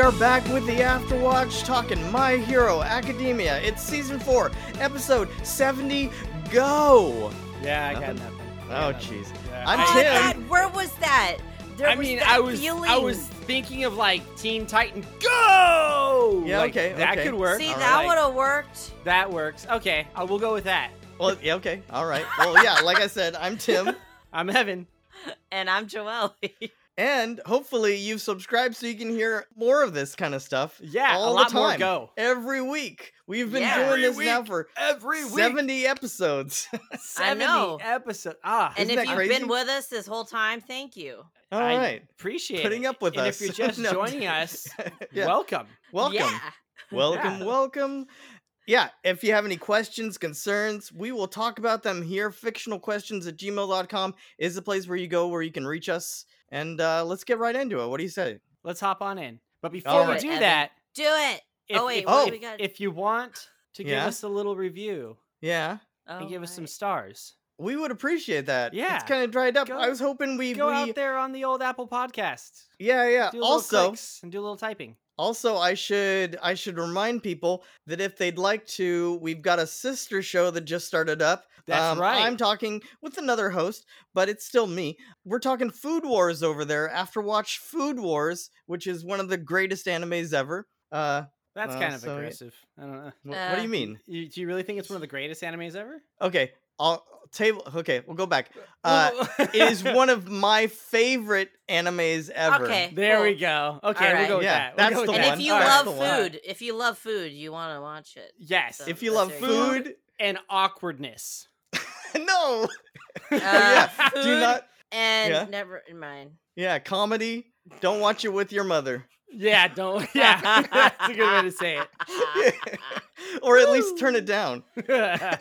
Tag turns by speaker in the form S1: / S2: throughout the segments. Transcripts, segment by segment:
S1: are back with the Afterwatch talking My Hero Academia. It's season 4, episode 70. Go!
S2: Yeah, I
S1: Nothing?
S2: got nothing.
S1: Oh,
S2: I got nothing.
S1: jeez.
S2: Yeah.
S1: I'm
S3: Oh
S1: Tim.
S3: my god, where was that? There
S2: I
S3: was
S2: mean,
S3: that
S2: I was
S3: feeling.
S2: I was thinking of like Teen Titan Go.
S1: Yeah,
S2: Like,
S1: okay,
S2: that
S1: okay.
S2: could work.
S3: See,
S1: All
S3: that
S2: right.
S3: would have worked.
S2: That works. Okay, I will go with that.
S1: Well, yeah, okay. All right. Well, yeah, like I said, I'm Tim.
S2: I'm Evan.
S3: And I'm Joelle.
S1: And hopefully you've subscribed so you can hear more of this kind of stuff
S2: Yeah,
S1: all
S2: a lot
S1: the time.
S2: more Go
S1: Every week. We've been
S3: Yeah.
S1: doing
S2: Every
S1: this now
S2: week.
S1: for
S2: every
S1: 70 episodes.
S2: Seventy
S3: know.
S2: episodes. Ah,
S1: Isn't
S3: and if
S1: that
S3: you've
S1: crazy?
S3: been with us this whole time, thank you.
S1: All
S2: I
S1: right.
S2: appreciate
S1: Putting
S2: it.
S1: up with
S2: and
S1: us.
S2: if you're just
S1: No,
S2: joining us,
S1: Yeah.
S2: welcome.
S1: Welcome.
S3: Yeah.
S1: Welcome,
S2: Yeah.
S1: welcome. Yeah, if you have any questions, concerns, we will talk about them here. Fictional questions at gmail.com is the place where you go where you can reach us. And uh, let's get right into it. What do you say?
S2: Let's hop on in. But
S1: All
S2: before
S1: right.
S2: we do
S3: Evan.
S2: that,
S3: Do it.
S2: if,
S3: oh wait,
S2: if,
S3: what
S1: oh,
S3: do we got?
S2: if you want to give
S1: Yeah?
S2: us a little review
S1: Yeah,
S3: oh,
S2: and give us some
S3: right.
S2: stars,
S1: we would appreciate that.
S2: Yeah.
S1: It's kind of dried up. I
S2: Go-
S1: was hoping we.
S2: go
S1: we
S2: out there on the old Apple Podcast.
S1: yeah, yeah.
S2: Do a little
S1: Uh, Also,
S2: clicks and do a little typing.
S1: Also, I should I should remind people that if they'd like to, we've got a sister show that just started up.
S2: That's right.
S1: Um, I'm talking with another host, but it's still me. We're talking Food Wars over there. After watch Food Wars, which is one of the greatest animes ever. Uh,
S2: That's
S1: Uh,
S2: kind of
S1: so it-
S2: aggressive. I don't know.
S1: wh- what do
S3: Uh,
S1: you mean?
S2: You, do you really think it's one of the greatest animes ever?
S1: Okay, I'll table. Okay, we'll go back. Uh, it is one of my favorite animes ever.
S3: Okay.
S2: there we
S3: cool.
S2: go. Okay, we'll
S3: right.
S2: go with
S1: Yeah,
S2: that. We'll
S1: that's
S2: go with
S1: the
S3: And
S2: that.
S1: one.
S3: if you
S1: All right.
S3: love
S1: That's the one.
S3: food, if you love food, you want to watch it.
S2: yes,
S1: If
S3: So-
S1: you
S3: that's
S1: love
S3: very
S2: good.
S1: food,
S2: and awkwardness.
S1: no,
S3: Uh,
S1: do
S3: food
S1: not.
S3: and
S1: Oh, Yeah.
S3: never mind.
S1: Yeah, comedy. Don't watch it with your mother.
S2: Yeah, don't. Yeah, that's a good way to say it.
S3: Ah,
S1: or at least turn it down
S2: yeah,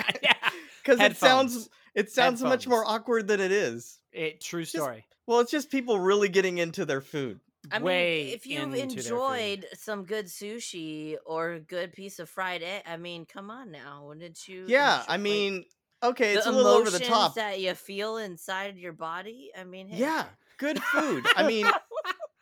S1: because it sounds
S2: Headphones.
S1: it sounds much more
S2: Headphones.
S1: awkward than it is
S2: it true
S1: Just
S2: story.
S1: well it's just people really getting into their food
S3: I mean,
S2: Way
S3: if you
S2: into their food.
S3: enjoyed some good sushi or a good piece of fried egg, I mean, come on now, wouldn't you?
S1: yeah i
S3: enjoy
S1: mean okay it's a
S3: the
S1: little over the
S3: emotions
S1: top
S3: that you feel inside your body? I mean, hey,
S1: yeah good food i mean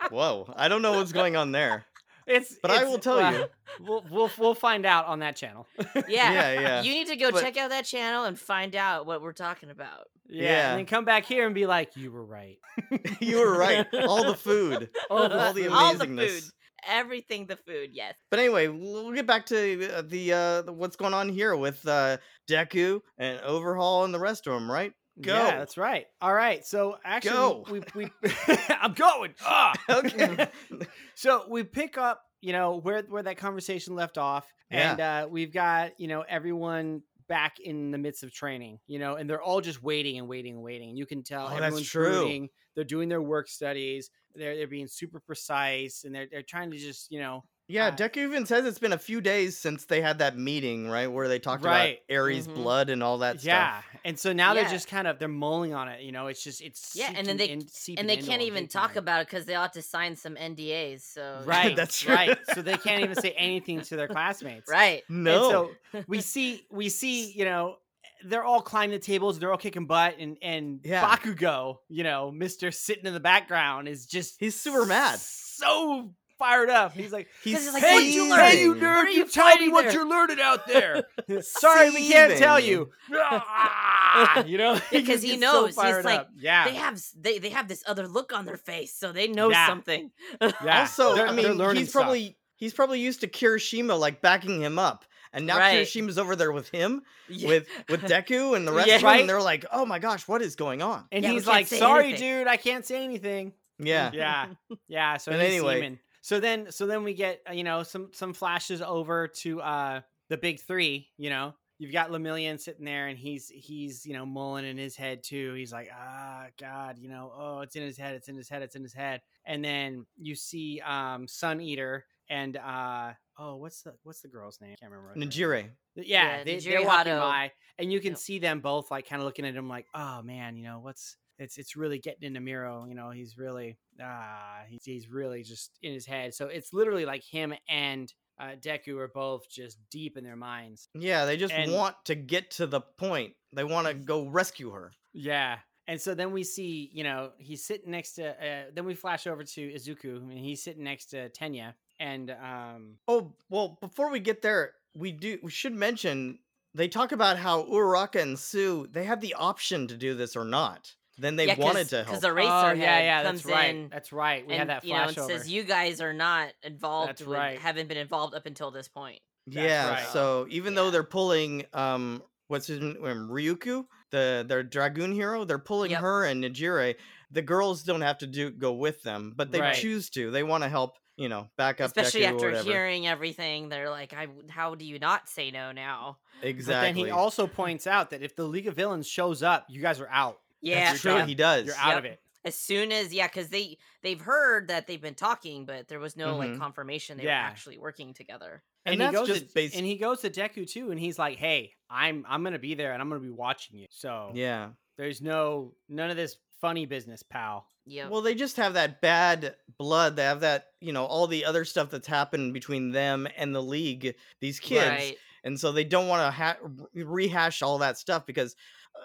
S1: whoa i don't know what's going on there
S2: It's.
S1: but i
S2: it's-
S1: will tell
S2: well,
S1: you
S2: We'll, we'll we'll find out on that channel.
S3: yeah.
S1: yeah yeah
S3: You need to go
S1: But-
S3: check out that channel and find out what we're talking about.
S2: Yeah,
S1: Yeah.
S2: and then come back here and be like, you were right.
S1: you were right all the food
S2: Oh,
S1: all the
S3: All the
S1: amazingness
S3: food. Everything the food, yes.
S1: But anyway, we'll get back to uh, the uh, the- what's going on here with uh, Deku and Overhaul and the rest of them, right?
S2: Yeah,
S1: Go.
S2: that's right. All right. So actually,
S1: Go.
S2: we, we, we I'm going. Ah.
S1: Okay.
S2: So we pick up, you know, where where that conversation left off,
S1: Yeah.
S2: and uh, we've got you know everyone back in the midst of training, you know, and they're all just waiting and waiting and waiting. You can tell
S1: Oh, that's
S2: everyone's
S1: true.
S2: rooting, They're doing their work studies. They're they're being super precise, and they're they're trying to just you know
S1: yeah,
S2: Uh,
S1: Deku even says it's been a few days since they had that meeting, right, where they talked
S2: Right.
S1: about Aries'
S3: Mhm.
S1: blood and all that
S2: yeah.
S1: stuff.
S2: And so now
S3: Yeah.
S2: they're just kind of they're mulling on it. You know, it's just it's
S3: Yeah, and then
S2: seeping
S3: they-
S2: in-
S3: And
S2: seeping
S3: they
S2: into
S3: can't
S2: them
S3: even
S2: big
S3: talk
S2: time.
S3: about it because they ought to sign some NDAs. So you
S2: right.
S3: know,
S1: That's true.
S2: right. So they can't even say anything to their classmates.
S3: Right.
S2: And
S1: No,
S2: so we see we see, you know, they're all climbing the tables, they're all kicking butt and and
S1: Yeah.
S2: Bakugo, you know, Mr. sitting in the background is just
S1: he's super mad.
S2: So fired up. He's like,
S1: He's
S3: it's like,
S2: "Hey, you,
S3: learn?
S2: hey,
S1: seething.
S2: you
S3: What are
S2: nerd! You,
S3: you
S2: tell me
S3: fighting
S2: what
S3: there?"
S2: you're learning out there. Sorry, we can't tell
S1: Seething.
S2: you. Ah, you know,
S3: Yeah, 'cause
S2: just
S3: he
S2: gets
S3: knows. He's
S2: So fired
S3: like,
S2: up. yeah,
S3: They have s- they, they have this other look on their face, so they know
S2: Yeah.
S3: something.
S2: yeah.
S1: Also,
S2: They're-
S1: I
S2: they're
S1: mean,
S2: learning
S1: he's
S2: stuff.
S1: probably he's probably used to Kirishima like backing him up, and now
S3: Right.
S1: Kirishima's over there with him,
S3: Yeah.
S1: with with Deku and the rest
S3: Yeah.
S1: of them,
S2: Right.
S1: and they're like, "Oh my gosh, what is going on?"
S2: and
S3: Yeah, we
S2: he's
S3: can't
S2: like,
S3: say
S2: "Sorry,
S3: anything."
S2: dude, I can't say anything."
S1: Yeah,
S2: yeah yeah so
S1: But anyway.
S2: anyway so then so then we get uh, you know some some flashes over to uh the big three you know you've got lamillion sitting there and he's he's you know mulling in his head too he's like ah god you know oh it's in his head it's in his head it's in his head and then you see um sun eater and uh oh what's the what's the girl's name i can't remember what her name is.
S1: Najire.
S2: Th- yeah,
S3: Yeah,
S2: they,
S3: the
S2: they're walking
S3: Jirawato.
S2: by, and you can
S3: Yep.
S2: see them both like kind of looking at him like, oh man, you know what's it's it's really getting into Miro. You know, he's really ah he's he's really just in his head. So it's literally like him and uh, Deku are both just deep in their minds.
S1: Yeah, they just
S2: And-
S1: want to get to the point. They want to go rescue her.
S2: Yeah. And so then we see, you know, he's sitting next to. Uh, then we flash over to Izuku, and he's sitting next to Tenya, and um
S1: Oh well, before we get there, we do we should mention they talk about how Uraraka and Sue they had the option to do this or not. Then they wanted to help.
S3: because the racer
S2: oh, yeah,
S3: head
S2: yeah,
S3: comes
S2: that's right.
S3: in
S2: That's right. We had
S3: and
S2: that
S3: you know
S2: flashover.
S3: and says you guys are not involved.
S2: That's
S3: with-
S2: right.
S3: Haven't been involved up until this point.
S2: That's
S1: yeah.
S2: right.
S1: So even though
S3: Yeah.
S1: they're pulling um what's his name um, Ryuku, the their dragoon hero, they're pulling
S3: Yep.
S1: her and Nijire. The girls don't have to do go with them, but they
S2: Right.
S1: choose to. They want to help, you know, back up
S3: Especially
S1: Deku or
S3: after
S1: whatever.
S3: hearing everything, they're like, "I w- how do you not say no now?"
S1: Exactly.
S2: But then he also points out that if the League of Villains shows up, you guys are out.
S3: Yeah,
S1: That's true.
S3: yeah.
S1: He does.
S2: You're out of
S3: Yep.
S2: it.
S3: as soon as yeah, because they they've heard that they've been talking, but there was no like
S1: Mhm.
S3: confirmation they
S2: Yeah.
S3: were actually working together.
S1: And
S2: he
S1: that's
S2: goes
S1: just
S2: to,
S1: basic.
S2: And he goes to Deku too, and he's like, "Hey, I'm I'm gonna be there, and I'm gonna be watching you. So
S1: Yeah.
S2: there's no none of this funny business, pal.
S3: Yeah,
S1: Well, they just have that bad blood. They have that, you know, all the other stuff that's happened between them and the league, these kids.
S3: right.
S1: And so they don't want to ha- re- rehash all that stuff because,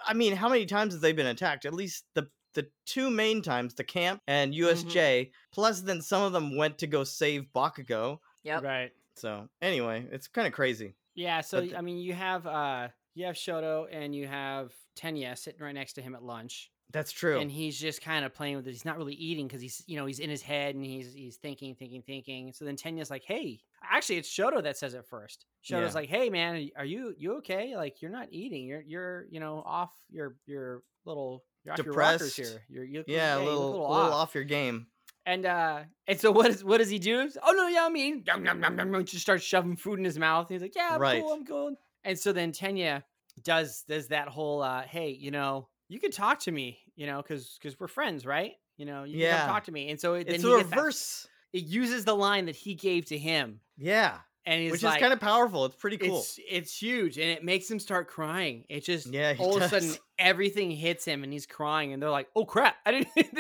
S1: I mean, how many times have they been attacked? At least the the two main times, the camp and
S2: Mm-hmm.
S1: USJ, plus then some of them went to go save Bakugo.
S3: Yep.
S2: Right?
S1: So, anyway, it's kind of crazy.
S2: Yeah. So
S1: But the-
S2: I mean, you have uh you have Shoto and you have Tenya sitting right next to him at lunch,
S1: That's true.
S2: and he's just kind of playing with it. He's not really eating because he's you know he's in his head and he's he's thinking, thinking, thinking. So then Tenya's like, "Hey, actually, it's Shoto that says it first. Shoto's
S1: Yeah.
S2: like, "Hey, man, are y- are you you okay? Like you're not eating. You're you're you know off your your little." You're off
S1: Depressed.
S2: Your rockers here. You're, you
S1: yeah, a
S2: you look
S1: little, little, off. your game.
S2: And uh, and so what is what does he do? Oh no, yeah, I mean, nom, nom, nom, nom, nom, just starts shoving food in his mouth. He's like, yeah, I'm
S1: Right.
S2: cool, I'm cool. And so then Tenya does does that whole uh, hey, you know, you can talk to me, you know, because because we're friends, right? You know, you can
S1: Yeah.
S2: come talk to me. And so it, then
S1: It's
S2: he
S1: a
S2: gets that-
S1: reverse.
S2: it uses the line that he gave to him,
S1: Yeah.
S2: and he's
S1: Which
S2: like,
S1: is kind of powerful. It's pretty cool.
S2: it's it's huge, and it makes him start crying. It just
S1: yeah. he
S2: all of a
S1: does.
S2: sudden everything hits him and he's crying and they're like oh crap i didn't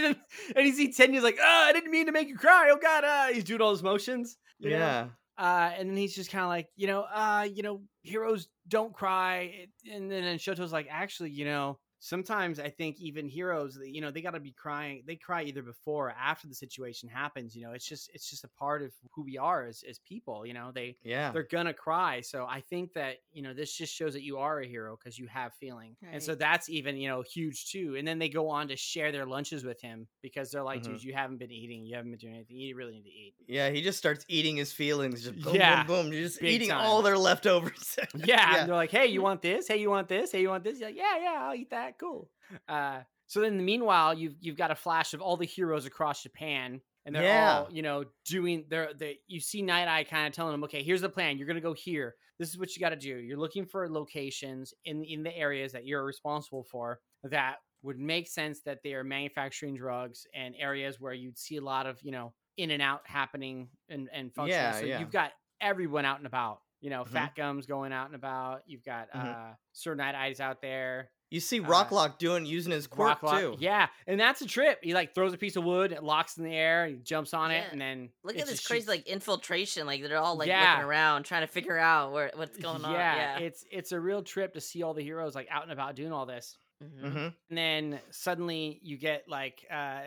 S2: and you see tenya's like oh i didn't mean to make you cry oh god uh, he's doing all his motions you know?
S1: Yeah.
S2: uh and then he's just kind of like you know uh you know heroes don't cry It- and then and shoto's like actually you know sometimes i think even heroes you know they got to be crying they cry either before or after the situation happens you know it's just it's just a part of who we are as as people you know they
S1: Yeah.
S2: they're gonna cry. So I think that you know this just shows that you are a hero because you have feeling, and so
S3: Right.
S2: that's even you know huge too. And then they go on to share their lunches with him because they're like,
S1: Mhm.
S2: dude, you haven't been eating, you haven't been doing anything, you really need to eat.
S1: Yeah, he just starts eating his feelings. Just boom,
S2: Yeah,
S1: boom, boom. You're just
S2: big
S1: eating all
S2: time.
S1: their leftovers.
S2: Yeah,
S1: Yeah.
S2: And they're like, hey, you want this? Hey, you want this? Hey, you want this? You're like, yeah, yeah, I'll eat that. Cool. Uh, so then, in the meanwhile, you've you've got a flash of all the heroes across Japan. And they're
S1: Yeah.
S2: all, you know, doing their, they you see Night Eye kind of telling them, okay, here's the plan. You're going to go here. this is what you got to do. You're looking for locations in in the areas that you're responsible for that would make sense that they are manufacturing drugs and areas where you'd see a lot of you know in and out happening and and functioning.
S1: Yeah,
S2: so
S1: yeah.
S2: you've got everyone out and about. You know,
S1: Mhm.
S3: Mm-hmm.
S2: fat gums going out and about. You've got
S1: Mhm.
S2: uh, Sir Night Eyes out there.
S1: you see
S2: Uh,
S1: Rocklock doing using his quirk
S2: Rock lock-
S1: too.
S2: Yeah, and that's a trip. He like throws a piece of wood, it locks in the air, he jumps on it,
S3: Yeah.
S2: and then
S3: Look
S2: it
S3: at this
S2: just
S3: crazy
S2: shoots-
S3: like infiltration. Like they're all like
S2: Yeah.
S3: looking around trying to figure out where what's going on. Yeah.
S2: it's it's a real trip to see all the heroes like out and about doing all this.
S3: Mhm.
S1: hmm
S2: and then suddenly you get like uh,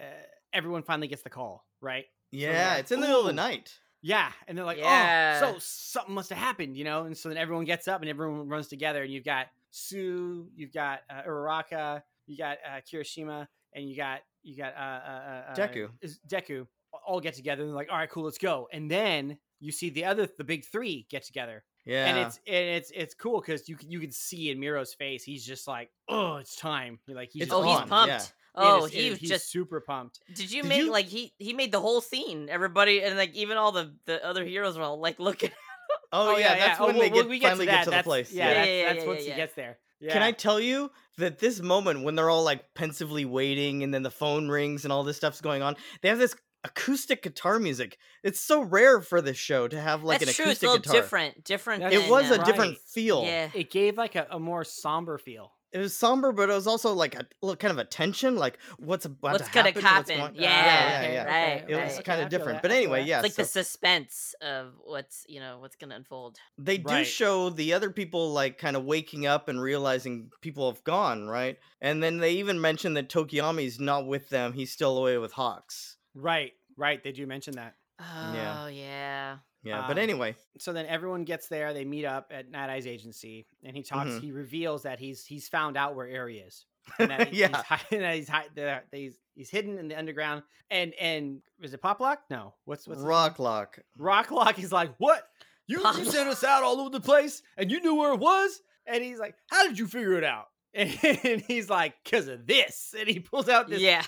S2: everyone finally gets the call, right?
S1: Yeah,
S2: like,
S1: it's in the middle of the
S2: "Ooh."
S1: night.
S2: Yeah, and they're like,
S3: Yeah.
S2: "Oh, so something must have happened," you know. And so then everyone gets up and everyone runs together, and you've got Sue, you've got uh, Uraraka, you got uh, Kirishima, and you got you got uh, uh, uh, uh,
S1: Deku.
S2: is- Deku all get together and they're like, "All right, cool, let's go." And then you see the other, the big three get together,
S1: Yeah,
S2: and it's and it's it's cool because you can- you can see in Miro's face, he's just like, "Oh, it's time!" Like he's
S1: It's
S2: just
S3: Oh, he's
S1: on, yeah.
S3: pumped.
S2: it
S3: Oh,
S2: is- it
S3: he
S2: is-
S3: was
S2: he's
S3: just
S2: super pumped.
S3: Did you
S1: Did
S3: make
S1: you-
S3: like he he made the whole scene? Everybody and like even all the the other heroes were all like looking.
S1: oh, yeah, that's
S2: Oh,
S1: when
S2: we'll-
S1: they
S2: we'll-
S1: get,
S2: we to
S1: finally
S2: that.
S1: get to the
S2: That's-
S1: place.
S2: Yeah,
S3: Yeah,
S2: that's,
S3: yeah,
S2: that's
S3: yeah,
S2: once
S3: yeah.
S2: he gets there. Yeah.
S1: Can I tell you that this moment when they're all like pensively waiting, and then the phone rings, and all this stuff's going on, they have this acoustic guitar music. It's so rare for this show to have like
S3: That's
S1: an
S3: true. It's a
S1: acoustic
S3: little
S1: guitar.
S3: different. Different.
S2: That's-
S1: It
S3: than,
S1: was a
S3: uh,
S2: Right.
S1: different feel.
S3: Yeah.
S2: It gave like a, a more somber feel.
S1: it was somber, but it was also like a little kind of a tension, like what's about
S3: What's
S1: to
S3: gonna
S1: happen? what's
S3: happen?
S1: going-
S3: Yeah,
S1: yeah, yeah,
S2: oh, okay,
S1: yeah.
S2: okay,
S3: Right,
S2: okay,
S1: It was
S2: okay,
S1: kind
S2: I
S1: of
S2: feel
S1: different,
S2: that,
S1: but
S2: I feel
S1: anyway,
S2: that.
S1: yeah.
S3: It's like
S1: so
S3: the suspense of what's you know what's gonna unfold.
S1: they do
S2: Right.
S1: show the other people like kind of waking up and realizing people have gone right, and then they even mention that Tokiyami's not with them; he's still away with Hawks.
S2: Right, right. They do mention that.
S1: Yeah.
S3: Oh yeah.
S1: Yeah, but
S2: Um,
S1: anyway,
S2: so then everyone gets there. They meet up at Night Eye's agency, and he talks.
S1: Mhm.
S2: He reveals that he's he's found out where Airy is. And that he-
S1: Yeah.
S2: he's, hi- and that he's, hi- that he's he's hidden in the underground. And and is it Poplock? No, what's what's his name?
S1: Rock Lock.
S2: Rocklock is like, what? You, you sent us out all over the place, and you knew where it was. And he's like, how did you figure it out? And he's like, because of this. And he pulls out this
S3: yeah.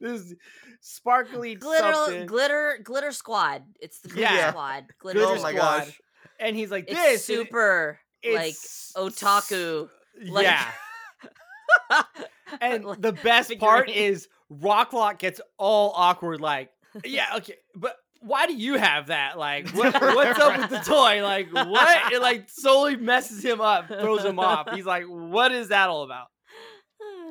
S2: this sparkly
S3: Glitter
S2: something,
S3: glitter glitter squad. It's the glitter
S2: Yeah.
S3: squad. Glitter
S2: Glitter
S1: Oh my
S3: squad.
S2: Squad.
S1: gosh.
S2: and he's like,
S3: It's
S2: this and it-
S3: super like
S2: it's
S3: otaku. like-
S2: yeah. And
S3: Like,
S2: the best part
S3: figurine.
S2: is Rocklock gets all awkward, like, yeah, okay, but why do you have that? Like, what, what's up with the toy? Like, what? It like solely messes him up, throws him off. He's like, what is that all about?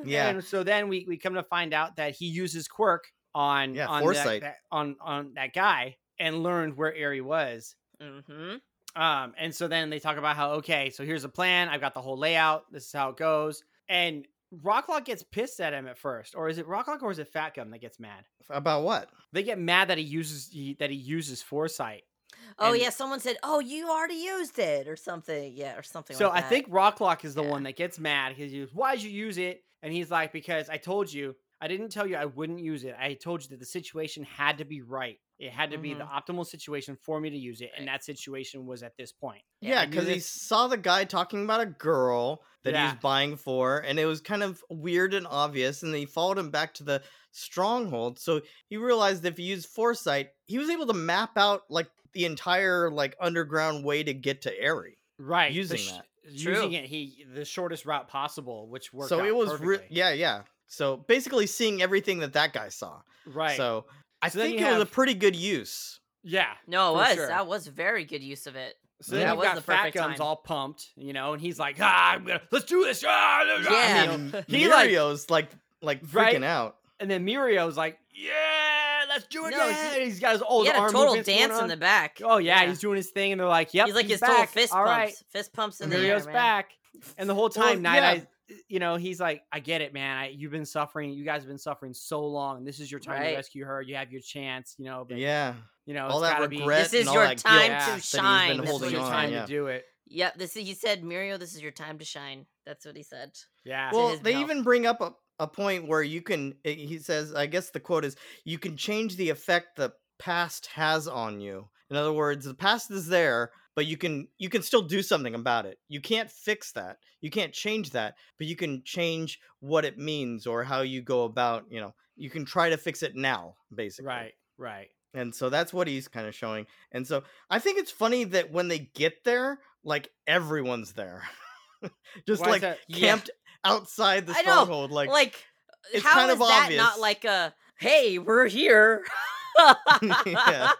S1: Yeah.
S2: And so then we, we come to find out that he uses Quirk on
S1: Yeah,
S2: on
S1: foresight.
S2: That, that- on on that guy and learned where Airy was.
S3: Mm-hmm.
S2: Um, and so then they talk about how okay, so here's the plan. I've got the whole layout. This is how it goes. And Rocklock gets pissed at him at first, or is it Rocklock or is it Fat Gum that gets mad?
S1: About what?
S2: They get mad that he uses he, that he uses foresight.
S3: Oh
S2: And-
S3: yeah, someone said, "Oh, you already used it" or something. Yeah, or something.
S2: So
S3: like
S2: I
S3: that.
S2: think Rocklock is the
S3: Yeah.
S2: one that gets mad because he goes, "Why'd you use it?" And he's like, "Because I told you. I didn't tell you I wouldn't use it. I told you that the situation had to be right. It had to be the optimal situation for me to use it, and
S3: Mm-hmm. Right.
S2: that situation was at this point."
S1: Yeah,
S2: I knew
S1: because he
S2: this-
S1: saw the guy talking about a girl that
S2: Yeah.
S1: he's buying for, and it was kind of weird and obvious. And they followed him back to the stronghold, so he realized if he used foresight, he was able to map out like the entire like underground way to get to Airy.
S2: right the
S1: using
S2: sh-
S1: that.
S2: using
S3: True.
S2: it he the shortest route possible which worked
S1: So
S2: out
S1: it was, re-
S2: perfectly.
S1: yeah, yeah. So basically, seeing everything that that guy saw.
S2: right
S1: So I
S2: So then
S1: think
S2: you
S1: it was
S2: have-
S1: a pretty good use.
S2: yeah
S3: no, it
S2: for
S3: was
S2: sure.
S3: that was very good use of it.
S2: so then
S1: Yeah.
S2: yeah,
S1: That
S2: you've
S3: was
S2: got
S3: the
S2: fat
S3: perfect
S2: gums
S3: time.
S2: all pumped you know and he's like ah I'm gonna, let's do this ah, blah, blah,"
S3: Yeah.
S2: you know?
S1: I mean,
S2: He, like-
S1: Mirio's like like freaking
S2: Right?
S1: out.
S2: and then Mirio's like yeah let's do it
S3: No,
S2: yeah.
S3: he-
S2: And he's got his old
S3: he had
S2: arm
S3: a total
S2: movements going
S3: dance in
S2: on.
S3: the back.
S2: oh yeah, he's doing his thing and they're like yep
S3: he's like
S2: he's
S3: his total
S2: back.
S3: fist
S2: all
S3: pumps,
S2: right
S3: fist pumps in the air,
S2: Mirio's
S3: man.
S2: back and the whole
S1: Well,
S2: time night
S1: yeah.
S2: Eye- you know he's like i get it man I, you've been suffering you guys have been suffering so long this is your time to
S3: Right.
S2: rescue her you have your chance you know but
S1: Yeah,
S2: You know,
S1: All
S2: it's
S1: that
S2: gotta
S1: regret
S3: This
S1: and
S3: is
S1: all
S3: your
S1: that guilt
S3: time
S2: to
S1: that he's been
S3: shine.
S2: Be,
S3: This
S2: this
S1: holding
S2: is your
S1: on,
S2: time
S1: yeah.
S2: to do it.
S3: Yep. This he said, "Mirio, this is your time to shine." That's what he said.
S2: Yeah.
S3: to
S1: Well,
S3: his
S1: they
S3: belt.
S1: even bring up a, a point where you can, eh, he says, I guess the quote is, you can change the effect the past has on you. In other words, the past is there, but you can you can still do something about it. You can't fix that. You can't change that, but you can change what it means or how you go about, you know, you can try to fix it now, basically.
S2: right. Right.
S1: And so that's what he's kind of showing. And so I think it's funny that when they get there, like everyone's there. Just
S2: Why is
S1: like
S2: that- yeah.
S1: camped outside the
S3: I know,
S1: stronghold.
S3: Like, uh,
S1: Like, it's
S3: how
S1: kind
S3: is
S1: of
S3: that
S1: obvious.
S3: not like a "Hey, we're here"?
S1: Yeah. because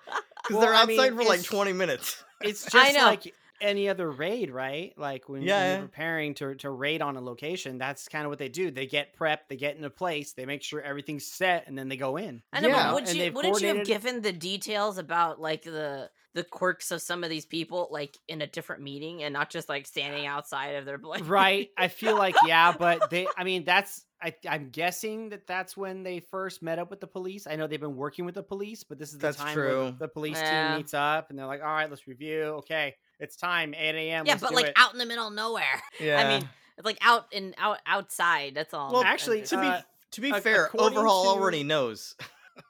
S2: Well,
S1: they're
S2: I
S1: outside
S2: mean,
S1: for like
S2: it's-
S1: 20 minutes.
S2: It's just
S3: I know.
S2: like any other raid, right? Like when, when
S1: Yeah, yeah.
S2: you're preparing to, to raid on a location, that's kind of what they do. They get prepped, they get in a place, they make sure everything's set, and then they go in.
S3: I know,
S1: Yeah.
S3: but um, would
S2: And
S3: you
S2: they've
S3: wouldn't you have
S2: coordinated-
S3: given the details about like the the quirks of some of these people like in a different meeting and not just like standing outside of their place?
S2: right. I feel like yeah, but they. I mean, that's. I, I'm guessing that that's when they first met up with the police. I know they've been working with the police, but this is the
S1: That's
S2: time
S1: true.
S2: where the police
S3: Yeah.
S2: team meets up and they're like, "All right, let's review. Okay, it's time, 8 a.m.
S3: Yeah,
S2: let's
S3: but
S2: do
S3: like
S2: it."
S3: out in the middle of nowhere.
S1: Yeah.
S3: mean, It's like out and out outside. That's all.
S1: Well,
S3: I'm
S2: actually,
S3: just-
S1: to be
S2: uh,
S1: to be
S2: ac-
S1: fair,
S2: according
S1: overhaul
S2: to-
S1: already knows.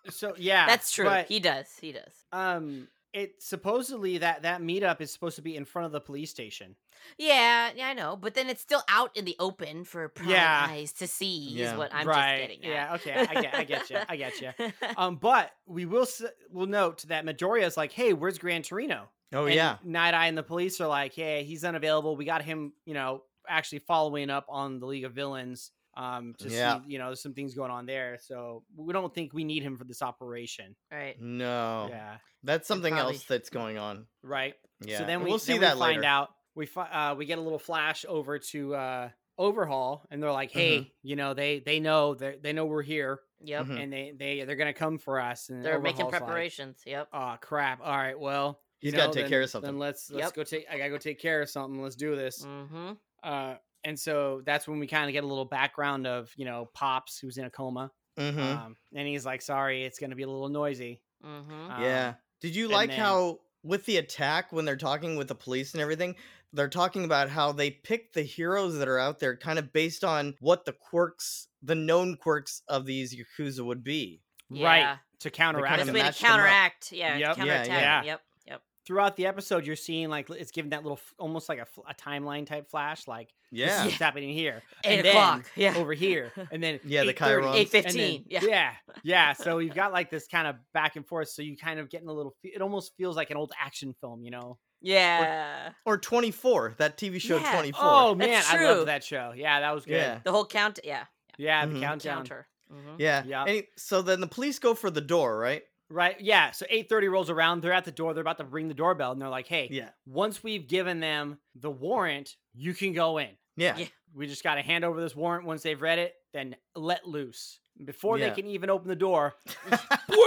S2: So yeah,
S3: that's true.
S2: but,
S3: he does. He does.
S2: um, it supposedly that that meetup is supposed to be in front of the police station.
S3: Yeah, yeah, I know. But then it's still out in the open for prime
S2: Yeah.
S3: eyes to see.
S1: Yeah.
S3: Is what I'm
S2: right?
S3: just getting at.
S2: yeah. Okay. I get. I get you. I get you. Um, but we will s- will note that Midoriya is like, "Hey, where's Gran Torino?"
S1: Oh,
S2: and
S1: yeah.
S2: Night Eye and the police are like, "Hey, he's unavailable. We got him. You know, actually following up on the League of Villains." Um, to
S1: Yeah.
S2: see, you know, some things going on there. So we don't think we need him for this operation.
S3: right.
S1: No.
S2: Yeah.
S1: That's something
S3: probably-
S1: else that's going on.
S2: Right.
S1: Yeah.
S2: So then
S1: and
S2: we,
S1: we'll see
S2: then
S1: that
S2: we
S1: later.
S2: find out. We fi- uh, we get a little flash over to uh, Overhaul, and they're like,
S1: Mhm.
S2: "Hey, you know they they know they they know we're here,
S3: Yep.
S1: Mhm.
S2: and they they they're gonna come for us." And
S3: They're making
S2: Overhaul's like,
S3: preparations. yep.
S2: oh crap! All right, well,
S1: He's
S2: you
S1: gotta
S2: know,
S1: take
S2: then-
S1: care of something.
S2: Then let's let's
S3: Yep.
S2: go take. I gotta go take care of something. Let's do this.
S3: Mm-hmm.
S2: Uh, and so that's when we kind of get a little background of you know Pops, who's in a coma,
S1: Mhm.
S2: um, and he's like, "Sorry, it's gonna be a little noisy."
S3: Mm-hmm.
S2: Um,
S1: Yeah. Did you
S2: And
S1: like
S2: then-
S1: how with the attack when they're talking with the police and everything, they're talking about how they pick the heroes that are out there kind of based on what the quirks, the known quirks of these yakuza would be.
S2: Right.
S3: Yeah.
S2: To
S1: kind
S2: counteract
S1: of
S3: Best
S2: them.
S3: way to
S1: match them up.
S3: counteract. Yeah.
S2: Yep.
S1: Yeah,
S3: Counterattack.
S2: yeah.
S3: Yep. Yep.
S2: Throughout the episode, you're seeing like it's giving that little, f- almost like a, fl- a timeline type flash, like this is
S1: Yeah.
S2: what's happening here,
S3: Eight
S2: and then
S3: o'clock. Yeah.
S2: over here, and then
S1: Yeah, the
S2: 8:30,
S1: Chiron.
S3: Eight
S2: and
S3: fifteen.
S2: then-
S3: Yeah.
S2: yeah, yeah. So you've got like this kind of back and forth. So you kind of getting a little. fe- It almost feels like an old action film, you know?
S3: Yeah.
S1: Or 24, that TV show
S3: Yeah.
S1: 24.
S2: Oh
S3: That's
S2: man, I
S3: true.
S2: love that show. Yeah, that was good.
S1: Yeah.
S2: Yeah,
S3: The whole count. Yeah.
S2: the
S1: Mhm.
S2: countdown.
S3: Counter. Mhm.
S1: Yeah.
S2: Yeah.
S1: Any, so then the police go for the door, right?
S2: Right? Yeah. So eight thirty rolls around. They're at the door. They're about to ring the doorbell, and they're like, "Hey,
S1: Yeah.
S2: once we've given them the warrant, you can go in.
S1: Yeah.
S3: Yeah.
S2: We just got to hand over this warrant. Once they've read it, then let loose." Before
S1: Yeah.
S2: they can even open the door,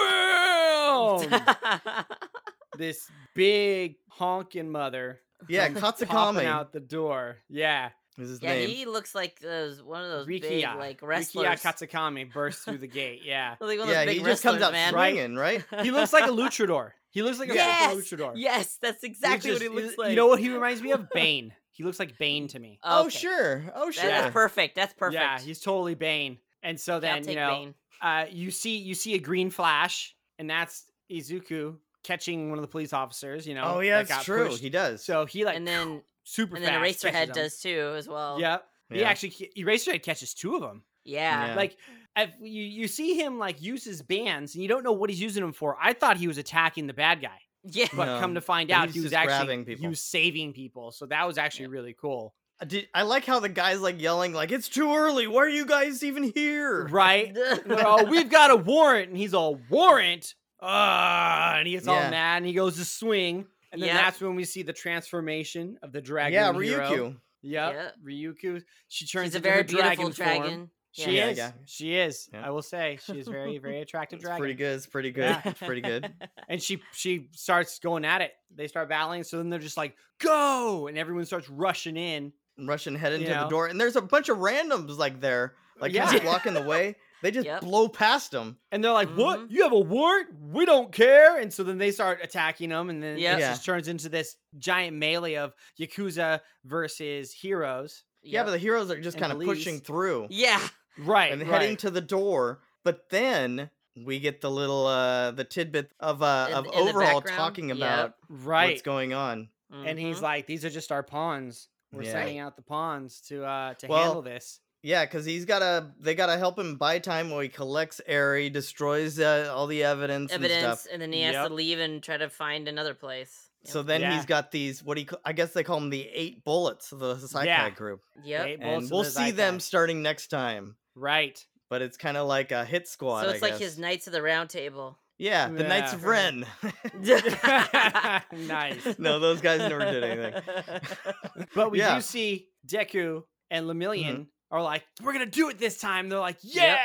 S2: boom! this big honking mother
S1: yeah,
S2: popping
S1: Katsukami
S2: out the door. Yeah,
S1: is his
S3: yeah.
S1: name.
S3: He looks like those one of those big
S2: Rikia,
S3: like wrestlers.
S2: Rikia Katsukami bursts through the gate. Yeah,
S3: Like one of those
S1: yeah,
S3: big
S1: he just
S3: wrestlers,
S1: comes out
S3: man.
S2: Right.
S1: swinging, right?
S2: he looks like a luchador. He looks like a
S3: yes.
S2: fucking luchador.
S3: Yes, that's
S2: He
S3: exactly what he
S2: just-
S3: looks
S2: you-
S3: like.
S2: You know what he reminds me of? Bane. He looks like Bane to me.
S1: Oh,
S3: Okay.
S1: sure. Oh,
S3: That-
S1: sure.
S3: That's perfect. That's perfect.
S2: Yeah, he's totally Bane. And so
S3: Yeah, I'll
S2: then you
S3: take
S2: know,
S3: Bane.
S2: uh, you see you see a green flash, and that's Izuku catching one of the police officers. You know,
S1: oh, yeah,
S2: that
S1: that's
S2: got
S1: true.
S2: pushed.
S1: He does.
S2: So he like
S3: and then
S2: super
S3: and then
S2: fast catches
S3: Eraserhead
S2: him.
S3: does too as well.
S2: Yep. He
S1: Yeah.
S2: actually ca- Eraserhead catches two of them.
S3: Yeah.
S1: Yeah.
S2: Like if you you see him like use his bands and you don't know what he's using them for. I thought he was attacking the bad guy,
S3: Yeah.
S2: but
S1: No,
S2: come to find
S1: he
S2: out,
S1: was
S2: he was
S1: just
S2: actually
S1: grabbing people.
S2: he was saving people. So that was actually really cool,
S1: I uh, Did, I like how the guy's like yelling, like, it's too early. Why are you guys even here?
S2: right? They're all, we've got a warrant, and he's all warrant. Uh, and he gets
S1: Yeah.
S2: all mad and he goes to swing. And then
S3: Yep.
S2: that's when we see the transformation of the dragon.
S1: yeah,
S2: hero.
S1: Ryukyu.
S2: Yep.
S3: Yep.
S2: Ryukyu. She turns
S3: She's a
S2: into
S3: very
S2: her
S3: beautiful
S2: dragon. form.
S3: dragon. Yeah.
S2: She
S1: Yeah,
S2: is.
S1: yeah.
S2: She is.
S1: Yeah.
S2: I will say she is very, very attractive
S1: It's
S2: dragon.
S1: pretty good. It's pretty good.
S2: Yeah.
S1: It's pretty good.
S2: And she she starts going at it. They start battling. So then they're just like, go, and everyone starts rushing in.
S1: Russian head into
S2: You
S1: the
S2: know?
S1: door, and there's a bunch of randoms like there, like
S2: Yeah.
S1: just blocking the way. They just
S3: Yep.
S1: blow past them.
S2: And they're like,
S3: Mhm.
S2: what? You have a warrant? We don't care. And so then they start attacking them. And then
S3: Yep.
S2: it
S1: Yeah.
S2: just turns into this giant melee of Yakuza versus heroes.
S1: Yeah, but the heroes are just
S2: And
S1: kind of pushing
S2: police.
S1: through
S3: yeah.
S2: Right.
S1: and
S2: right.
S1: heading to the door. But then we get the little uh the tidbit of uh
S3: In-
S1: of
S3: in the
S1: overall
S3: background,
S1: talking
S3: yep.
S1: about
S2: right.
S1: what's going on.
S2: and he's
S3: Mhm.
S2: like, these are just our pawns. We're
S1: Yeah.
S2: sending out the pawns to uh to
S1: Well,
S2: handle this.
S1: Yeah, because he's gotta they gotta help him buy time while he collects air, he destroys uh, all the evidence, and
S3: evidence,
S1: stuff.
S3: and then he has
S2: Yep.
S3: to leave and try to find another place. Yep.
S1: So then
S2: Yeah.
S1: he's got these what he ca- I guess they call them the eight bullets of the sci-fi
S2: Yeah.
S1: group,
S3: yep.
S2: Eight bolts
S1: and
S2: of
S1: we'll
S2: the
S1: see them
S2: Zykai.
S1: starting next time.
S2: Right.
S1: But it's kind of like a hit squad.
S3: so
S1: I
S3: it's like
S1: guess.
S3: his Knights of the Round Table.
S1: Yeah, the Knights
S2: Yeah.
S1: of Ren.
S2: nice.
S1: no, those guys never did anything.
S2: But we
S1: Yeah. Mm-hmm.
S2: do see Deku and Lemillion are like, "We're gonna do it this time." They're like,
S3: Yep.
S2: "Yeah!"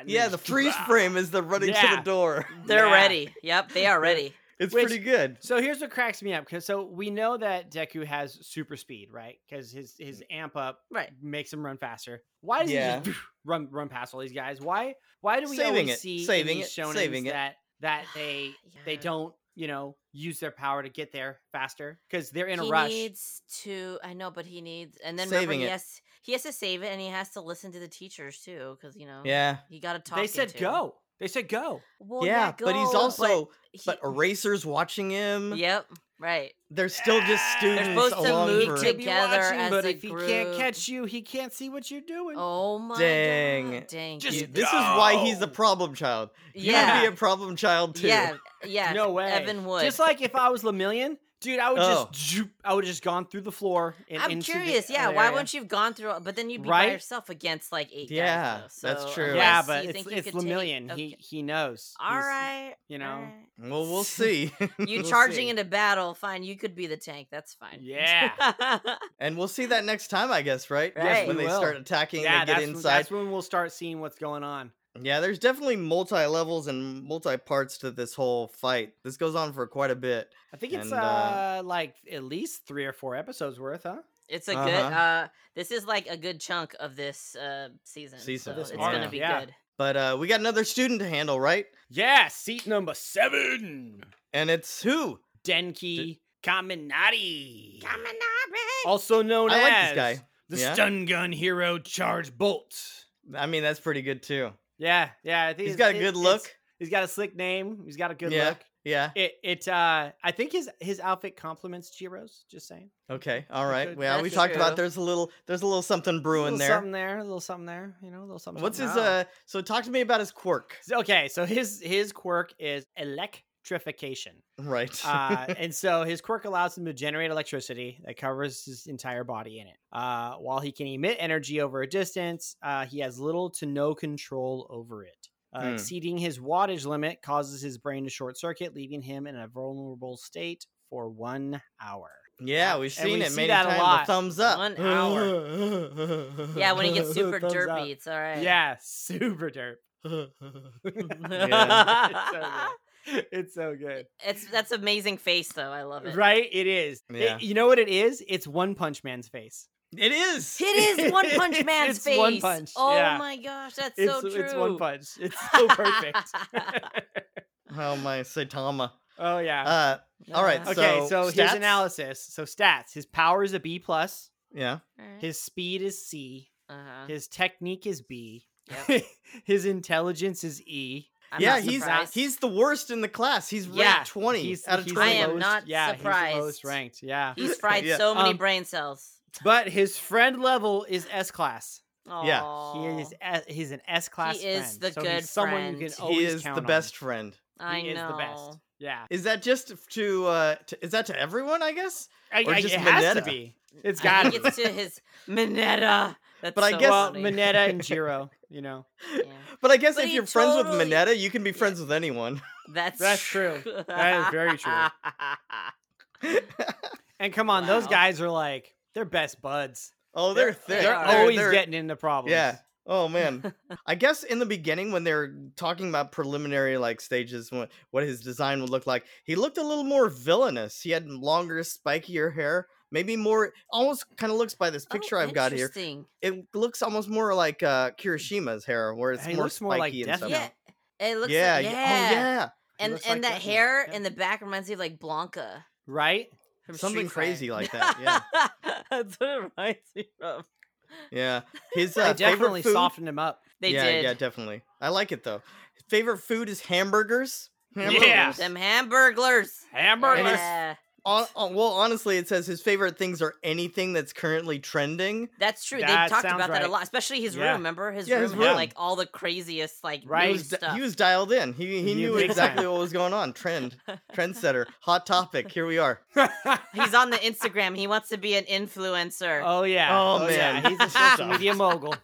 S2: and they
S1: Yeah,
S2: just
S1: the
S2: keep-
S1: freeze
S2: Ah.
S1: frame is the running to
S2: Yeah.
S1: the door.
S3: They're
S2: Yeah.
S3: ready. Yep, they are ready.
S1: It's
S2: Which-
S1: pretty good.
S2: So here's what cracks me up because so we know that Deku has super speed, right? Because his
S1: Mm.
S2: his amp up
S3: Right.
S2: makes him run faster. Why does
S1: Yeah.
S2: he just run run past all these guys? Why why do we
S1: Saving
S2: always
S1: it,
S2: see in
S1: saving
S2: these
S1: it,
S2: shonens
S1: saving it.
S2: that that they they
S3: Yeah.
S2: don't you know use their power to get there faster because they're in a
S3: he
S2: rush?
S3: needs to. I know, but he needs. And then
S1: Saving
S3: remember,
S1: it.
S3: he has he has to save it, and he has to listen to the teachers too, because you know
S1: Yeah.
S3: he got to talk.
S2: They said
S3: into.
S2: go. They said go.
S3: Well,
S1: yeah, but he's
S3: go,
S1: also
S3: he-
S1: but, erasers watching
S2: um,
S1: him.
S3: yep, right.
S1: They're still just
S2: Yeah.
S1: students
S3: They're supposed to
S1: along
S3: move
S1: for-
S3: to- together as
S2: but
S3: a
S2: if he can't
S3: group.
S2: catch you, he can't see what you're doing.
S3: Oh my
S1: Dang.
S3: god, dang,
S2: Just
S1: Yeah,
S3: dude.
S1: This is why he's the
S2: go.
S1: problem child. You
S3: yeah,
S1: would be a problem child too.
S3: yeah, yeah.
S2: no way.
S3: Evan Wood.
S2: Just like if I was Lemillion, dude, I would
S1: Oh.
S2: just zoop, I would just gone through the floor. And
S3: I'm
S2: into the
S3: curious. yeah,
S2: other
S3: why
S2: area.
S3: wouldn't you have gone through? all- But then you'd be by
S2: Right?
S3: yourself against like eight
S1: Yeah,
S3: guys. Though,
S1: that's
S3: so
S1: true.
S2: Yeah,
S3: unless
S2: but
S3: you
S2: it's
S3: think you
S2: it's
S3: could take-
S2: Lemillion. He
S3: okay.
S2: he knows.
S3: All
S2: He's-
S3: right,
S2: you
S3: all
S2: know.
S3: right.
S1: Well, we'll see.
S2: We'll
S3: You charging
S2: see.
S3: into battle, fine. You could be the tank. That's fine.
S2: Yeah.
S1: and we'll see that next time, I guess, right?
S3: Yes, Right.
S1: When
S2: we
S1: they
S2: will.
S1: start attacking,
S2: Yeah,
S1: they get
S2: that's, when-
S1: inside.
S2: that's when we'll start seeing what's going on.
S1: Yeah, there's definitely multi levels and multi parts to this whole fight. This goes on for quite a bit.
S2: I think it's
S1: And,
S2: uh,
S1: uh,
S2: like at least three or four episodes worth, huh?
S3: it's a good.
S1: Uh-huh.
S3: uh This is like a good chunk of this uh season.
S1: Season,
S3: so
S1: This
S3: it's gonna
S1: arc,
S3: be
S2: yeah.
S3: good.
S1: But uh, we got another student to handle, right?
S2: Yeah, seat number seven.
S1: And it's who?
S2: Denki Kaminari,
S3: Kaminari.
S2: also known
S1: I like
S2: as
S1: this guy.
S2: the
S1: Yeah.
S2: stun gun hero Charge Bolt.
S1: I mean, that's pretty good too.
S2: Yeah, yeah. I think
S1: He's
S2: it's-
S1: got a
S2: it-
S1: good
S2: it's-
S1: look.
S2: He's got a slick name. He's got a good
S1: Yeah.
S2: look.
S1: Yeah.
S2: It it uh I think his his outfit complements Jiro's, just saying.
S1: Okay. All right.
S2: good-
S1: Yeah, we
S3: that's
S1: talked
S3: true.
S1: about there's a little there's a little something
S2: A
S1: brewing
S2: little
S1: there.
S2: something there, a little something there, you know, a little something.
S1: What's his
S2: something.
S1: uh? So talk to me about his quirk.
S2: So- Okay, so his his quirk is electrification.
S1: Right.
S2: Uh, and so his quirk allows him to generate electricity that covers his entire body in it. Uh, while he can emit energy over a distance, uh, he has little to no control over it. Uh,
S1: Hmm.
S2: Exceeding his wattage limit causes his brain to short circuit, leaving him in a vulnerable state for one hour.
S1: yeah, we've
S2: and we
S1: seen it
S2: see
S1: many
S2: that a
S1: times.
S2: lot.
S1: The thumbs up.
S3: One hour. Yeah, when he gets super
S2: Thumbs up.
S3: derpy, it's all right.
S2: Yeah, super derp. it's, so good. it's so good.
S3: It's that's amazing face though. I love it.
S2: Right? It is. It-
S1: Yeah.
S2: you know what it is? It's One Punch Man's face.
S1: It is.
S3: It is One Punch Man's
S2: It's
S3: face.
S2: One Punch,
S3: Oh
S2: yeah.
S3: my gosh, that's
S2: It's,
S3: so true.
S2: it's One Punch. It's so perfect.
S1: Oh my Saitama.
S2: oh yeah.
S1: Uh, all right.
S3: Uh,
S2: okay, so, his
S1: stats?
S2: analysis. So stats. His power is a B plus.
S1: yeah.
S3: alright.
S2: His speed is C.
S3: Mm-hmm. Uh-huh.
S2: His technique is B.
S3: Yep.
S2: his intelligence is E.
S3: I'm
S1: yeah,
S3: not
S1: he's
S3: surprised.
S1: he's the worst in the class. He's ranked
S3: Yeah,
S1: 20
S2: He's,
S1: out of
S2: he's
S1: 20.
S2: the
S3: I am
S2: lowest-
S3: not
S2: yeah, He's the
S3: surprised.
S2: lowest ranked. Yeah.
S3: he's fried
S1: Yeah.
S3: so many
S2: Um,
S3: brain cells.
S2: But his friend level is S class.
S1: yeah,
S2: He
S3: Aw,
S2: is a, he's an S class.
S3: He is
S2: friend,
S3: the
S2: so
S3: good
S2: he's someone you
S3: friend.
S2: can
S3: He
S1: he
S2: always
S1: is
S2: count
S1: the
S2: on.
S1: best friend.
S3: I
S2: he
S3: know.
S2: Is the best. Yeah,
S1: Is that just to uh to, is that to everyone, I guess?
S2: I,
S1: Or
S2: I-
S1: just
S2: it has to
S1: Mineta.
S2: be. It's
S3: I
S2: got
S3: think it's to his Minetta. That's
S1: But I
S3: so
S1: guess-
S2: well,
S3: funny.
S2: Mineta and Jiro. You know,
S3: Yeah.
S1: But I guess
S3: But
S1: if
S3: he
S1: you're friends with
S3: totally-
S1: Mineta, you can be friends with anyone.
S3: That's Oh,
S2: That's true. That is very true. and come on, those
S3: Wow.
S2: guys are like they're best buds.
S1: oh, they're,
S3: They're-
S1: thick.
S2: They're,
S3: are.
S2: always
S1: they're-
S2: getting into problems.
S1: Yeah. Oh man. I guess in the beginning when they're talking about preliminary like stages what, what his design would look like, he looked a little more villainous. He had longer, spikier hair, maybe more almost kind of looks by this picture
S3: oh,
S1: I've got here.
S3: interesting.
S1: It looks almost more like uh Kirishima's hair where it's
S2: He
S1: more
S2: looks
S1: spiky
S2: more like
S1: and
S2: Death
S1: stuff.
S3: Yeah. It looks
S1: yeah,
S3: like,
S1: yeah.
S3: yeah.
S1: Oh yeah.
S3: And
S2: looks like
S3: and that
S2: that, yeah.
S3: hair
S2: Yeah.
S3: in the back reminds me of like Blanca.
S2: Right.
S3: from Street
S1: Something
S3: Fighter.
S1: crazy like that. Yeah.
S3: That's what it reminds me of.
S1: Yeah. His
S2: They
S1: uh,
S2: definitely
S1: favorite food.
S2: softened him up.
S3: They
S1: yeah,
S3: did.
S1: yeah, definitely. I like it though. Favorite food is hamburgers.
S2: Yeah.
S3: Hamburgers. Them hamburglers.
S2: Hamburger.
S1: And it's-
S3: Yeah.
S1: On, on, uh, well, honestly, it says his favorite things are anything that's currently trending.
S3: That's true.
S2: That
S3: they talked
S2: sounds
S3: about that a
S2: right.
S3: lot, especially his
S2: Yeah.
S3: room. Remember his,
S1: Yeah,
S3: room
S1: his
S3: had
S1: room.
S3: like all the craziest like
S2: Right.
S3: new
S1: He was, di-
S3: stuff.
S1: he was dialed in. He he
S2: He
S1: knew
S2: big time.
S1: exactly what was going on. Trend, trendsetter, hot topic. Here we are.
S3: He's on the Instagram. He wants to be an influencer.
S2: oh yeah.
S1: Oh, man.
S2: Yeah. He's a social media mogul.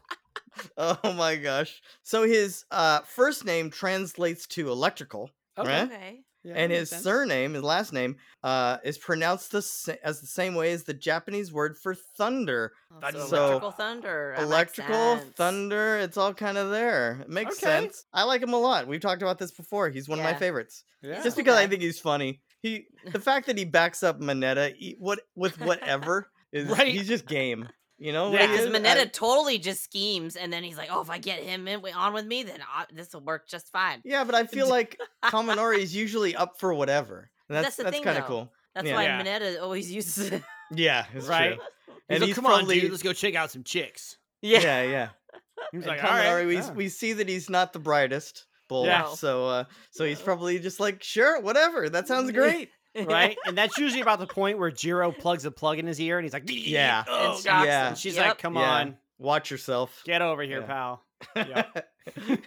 S1: Oh my gosh. So his uh, first name translates to electrical,
S2: Oh,
S1: right?
S3: Okay.
S2: Yeah,
S1: and
S2: makes
S1: his
S2: sense.
S1: surname, his last name, uh, is pronounced the sa- as the same way as the Japanese word for thunder.
S3: Oh,
S2: That's
S3: so
S1: so-
S3: electrical thunder. That makes
S1: electrical
S3: sense.
S1: thunder it's all kind of there it makes
S2: Okay.
S1: sense i like him a lot we've talked about this before he's one of
S3: Yeah.
S1: my favorites
S2: Yeah.
S1: just because i
S3: Okay.
S1: think he's funny he the fact that he backs up manetta e- what with whatever is
S2: Right.
S1: he's just game you know
S2: Yeah.
S1: he
S3: Because
S1: is?
S3: Minetta
S1: I-
S3: totally just schemes, and then he's like, "Oh, if I get him in, on with me, then I, this will work just fine."
S1: yeah but i feel like kaminari is usually up for whatever and that's
S3: That's the
S1: that's,
S3: thing,
S1: kind of
S3: though.
S1: cool
S3: That's
S1: Yeah.
S3: why
S2: Yeah.
S3: Minetta always uses it.
S1: yeah it's
S2: Right.
S1: true
S2: He's
S1: and
S2: like,
S1: he's
S2: come
S1: probably
S2: on, dude, let's go check out some chicks.
S1: yeah yeah, yeah.
S2: He's
S1: And
S2: like, all
S1: Kaminari,
S2: right.
S1: we,
S2: yeah.
S1: we see that he's not the brightest bull.
S2: Yeah.
S3: No.
S1: So uh so he's
S3: No.
S1: probably just like, sure, whatever. That sounds great.
S2: right? And that's usually about the point where Jiro plugs a plug in his ear and he's like,
S1: Yeah.
S2: oh,
S3: And
S2: God.
S3: shocks
S1: Yeah.
S3: him.
S2: And she's
S3: Yep.
S2: like, come
S1: Yeah.
S2: on,
S1: Watch yourself.
S2: get over here,
S1: Yeah.
S2: pal. Yeah.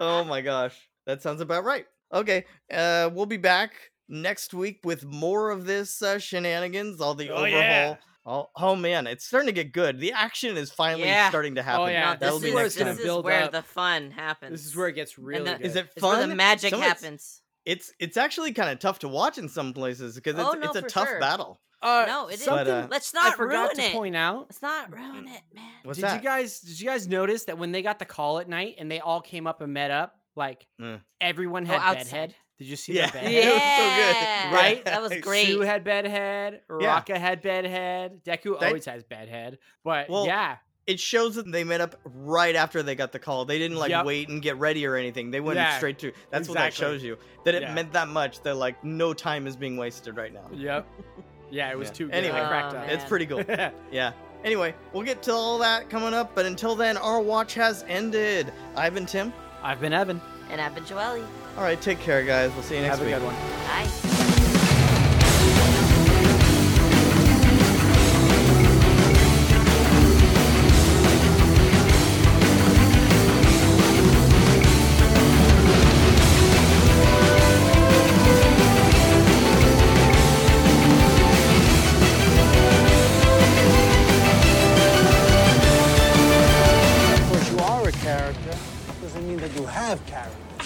S1: oh my gosh. That sounds about right. Okay. Uh we'll be back next week with more of this uh, shenanigans, all the
S2: Oh,
S1: overhaul.
S2: yeah.
S1: Oh, oh man, it's starting to get good. The action is finally
S3: Yeah.
S1: starting to happen.
S2: Oh, yeah.
S3: No,
S1: That'll
S3: this
S1: be
S3: is,
S1: next
S3: this
S1: time.
S2: gonna build
S3: is where
S2: up.
S3: the fun happens.
S2: This is where it gets really
S3: the-
S2: good.
S1: Is it
S3: It's
S1: fun?
S3: where the magic
S1: Some of it's-
S3: happens.
S1: It's it's actually kind of tough to watch in some places because it's
S3: Oh, no,
S1: it's a
S3: for
S1: tough
S3: sure.
S1: battle.
S2: Uh,
S3: no, it is.
S1: But, uh,
S3: Let's
S2: I
S3: not ruin
S2: forgot to
S3: it.
S2: point Mm. out.
S3: Let's not ruin it, man.
S1: What's
S2: did
S1: that?
S2: you guys did you guys notice that when they got the call at night and they all came up and met up, like
S1: Mm.
S2: everyone
S3: Oh,
S2: had
S3: outside.
S2: bedhead? Did you see
S1: yeah.
S2: that
S1: it was so
S2: bedhead?
S1: good.
S3: Yeah.
S2: Right?
S3: That was
S1: Yeah.
S3: great.
S2: Sue had bedhead, Raka had bedhead, Deku
S1: They-
S2: always has bedhead. But
S1: Well,
S2: yeah,
S1: it shows that they met up right after they got the call. They didn't like
S2: Yep.
S1: wait and get ready or anything. They went
S2: Yeah,
S1: straight to. That's what that
S2: exactly.
S1: shows you that it
S2: Yeah.
S1: meant that much. That like no time is being wasted right now.
S2: Yep. Yeah, it was
S1: Yeah.
S2: too good.
S1: Anyway.
S2: I cracked
S3: Oh,
S2: up.
S3: man.
S1: It's pretty cool.
S2: yeah.
S1: yeah. Anyway, we'll get to all that coming up, but until then, our watch has ended. I've been Tim.
S2: I've been Evan.
S3: And I've been Joelle.
S1: All right, take care, guys. We'll see you next
S2: Have a
S1: week.
S2: good one.
S3: Bye.
S4: Of course, you are a character. Doesn't mean that you have character.